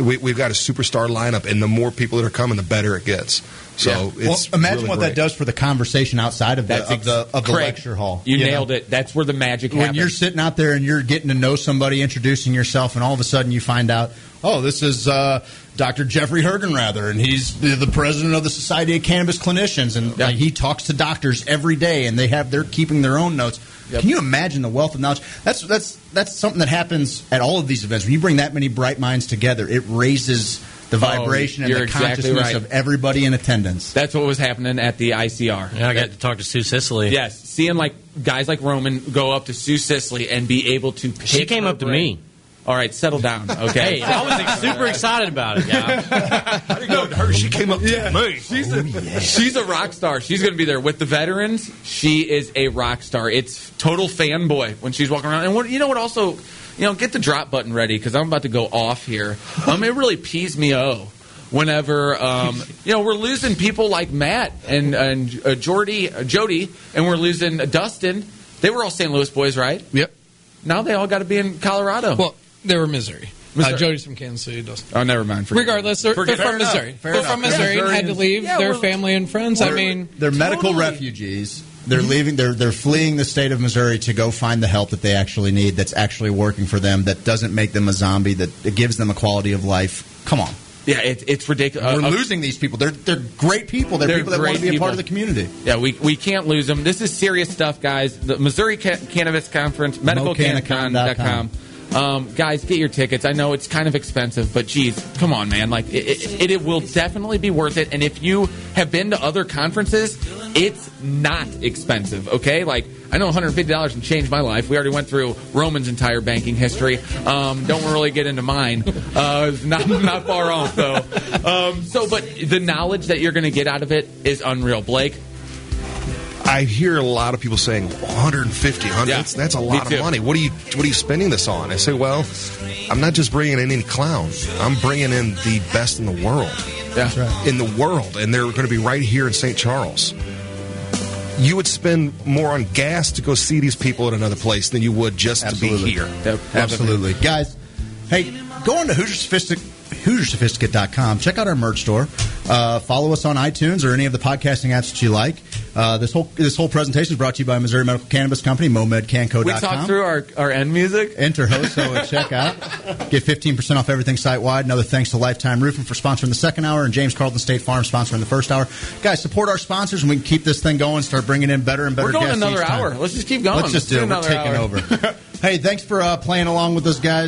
we, we've got a superstar lineup, and the more people that are coming, the better it gets. So well, it's imagine really what great. that does for the conversation outside of the, That's of the, of the Craig, lecture hall. You, know? nailed it. That's where the magic when happens. you're sitting out there and you're getting to know somebody, introducing yourself, and all of a sudden you find out, oh, this is uh, Dr. Jeffrey Hergenrather, and he's the, the president of the Society of Cannabis Clinicians, and like, he talks to doctors every day, and they have they're keeping their own notes. Can you imagine the wealth of knowledge? That's that's that's something that happens at all of these events. When you bring that many bright minds together, it raises the vibration and Oh, you're the exactly consciousness right. of everybody in attendance. That's what was happening at the ICR. Yeah, I got to talk to Sue Sicily. Yes, seeing like guys like Roman go up to Sue Sisley and be able to. Pick She came her up to brain. me. All right, settle down. Okay, Hey, I was like, super excited about it. Yeah. her. She came up yeah. She's a, Oh, she's a rock star. She's going to be there with the veterans. She is a rock star. It's total fanboy when she's walking around. And what, you know what? Also, you know, get the drop button ready because I'm about to go off here. Um, it really pees me oh. Whenever um, you know we're losing people like Matt and and uh, Jordy, uh, Jody, and we're losing Dustin. They were all St. Louis boys, right? Yep. Now they all got to be in Colorado. Well, they were Missouri. Missouri. Uh, Jody's from Kansas City. Dustin. oh, never mind. Forget Regardless, they're, Forget- they're from Fair enough. Missouri. Fair they're enough. from Missouri Yeah, and had to leave yeah, their we're- family and friends. I mean, they're medical refugees. They're leaving. They're they're fleeing the state of Missouri to go find the help that they actually need. That's actually working for them. That doesn't make them a zombie. That it gives them a quality of life. Come on, Yeah, it, it's ridiculous. we're Uh, uh, losing these people. They're they're great people. They're, They're people that want to great be a people. part of the community. Yeah, we, we can't lose them. This is serious stuff, guys. The Missouri Ca- Cannabis Conference, medicalcanacon.com. Um, guys, get your tickets. I know it's kind of expensive, but geez, come on, man. Like, it, it, it, it will definitely be worth it. And if you have been to other conferences, it's not expensive, okay? Like, I know $150 can change my life. We already went through Roman's entire banking history. Um, don't really get into mine. Uh, it's not, not far off, though. Um, so, but the knowledge that you're going to get out of it is unreal. Blake, I hear a lot of people saying 150, 100. That's, that's a me lot too. of money. What are you What are you spending this on? I say, well, I'm not just bringing in any clown. I'm bringing in the best in the world. That's right. in the world, and they're going to be right here in St. Charles. You would spend more on gas to go see these people at another place than you would just Absolutely. to be here. Absolutely. Guys, hey, go on to Hoosier Sophistic- HoosierSophisticate.com. Check out our merch store. Uh, follow us on iTunes or any of the podcasting apps that you like. Uh, this whole this whole presentation is brought to you by Missouri Medical Cannabis Company, MomedCanco.com. We talked through our, our end music. Enter Hoso at checkout. Get 15% off everything site wide. Another thanks to Lifetime Roofing for sponsoring the second hour and James Carlton State Farm sponsoring the first hour. Guys, support our sponsors and we can keep this thing going, start bringing in better and better We're going guests another each time. hour. Let's just keep going. Let's just do it. We're Let's do taking another over. hey, thanks for uh, playing along with us, guys.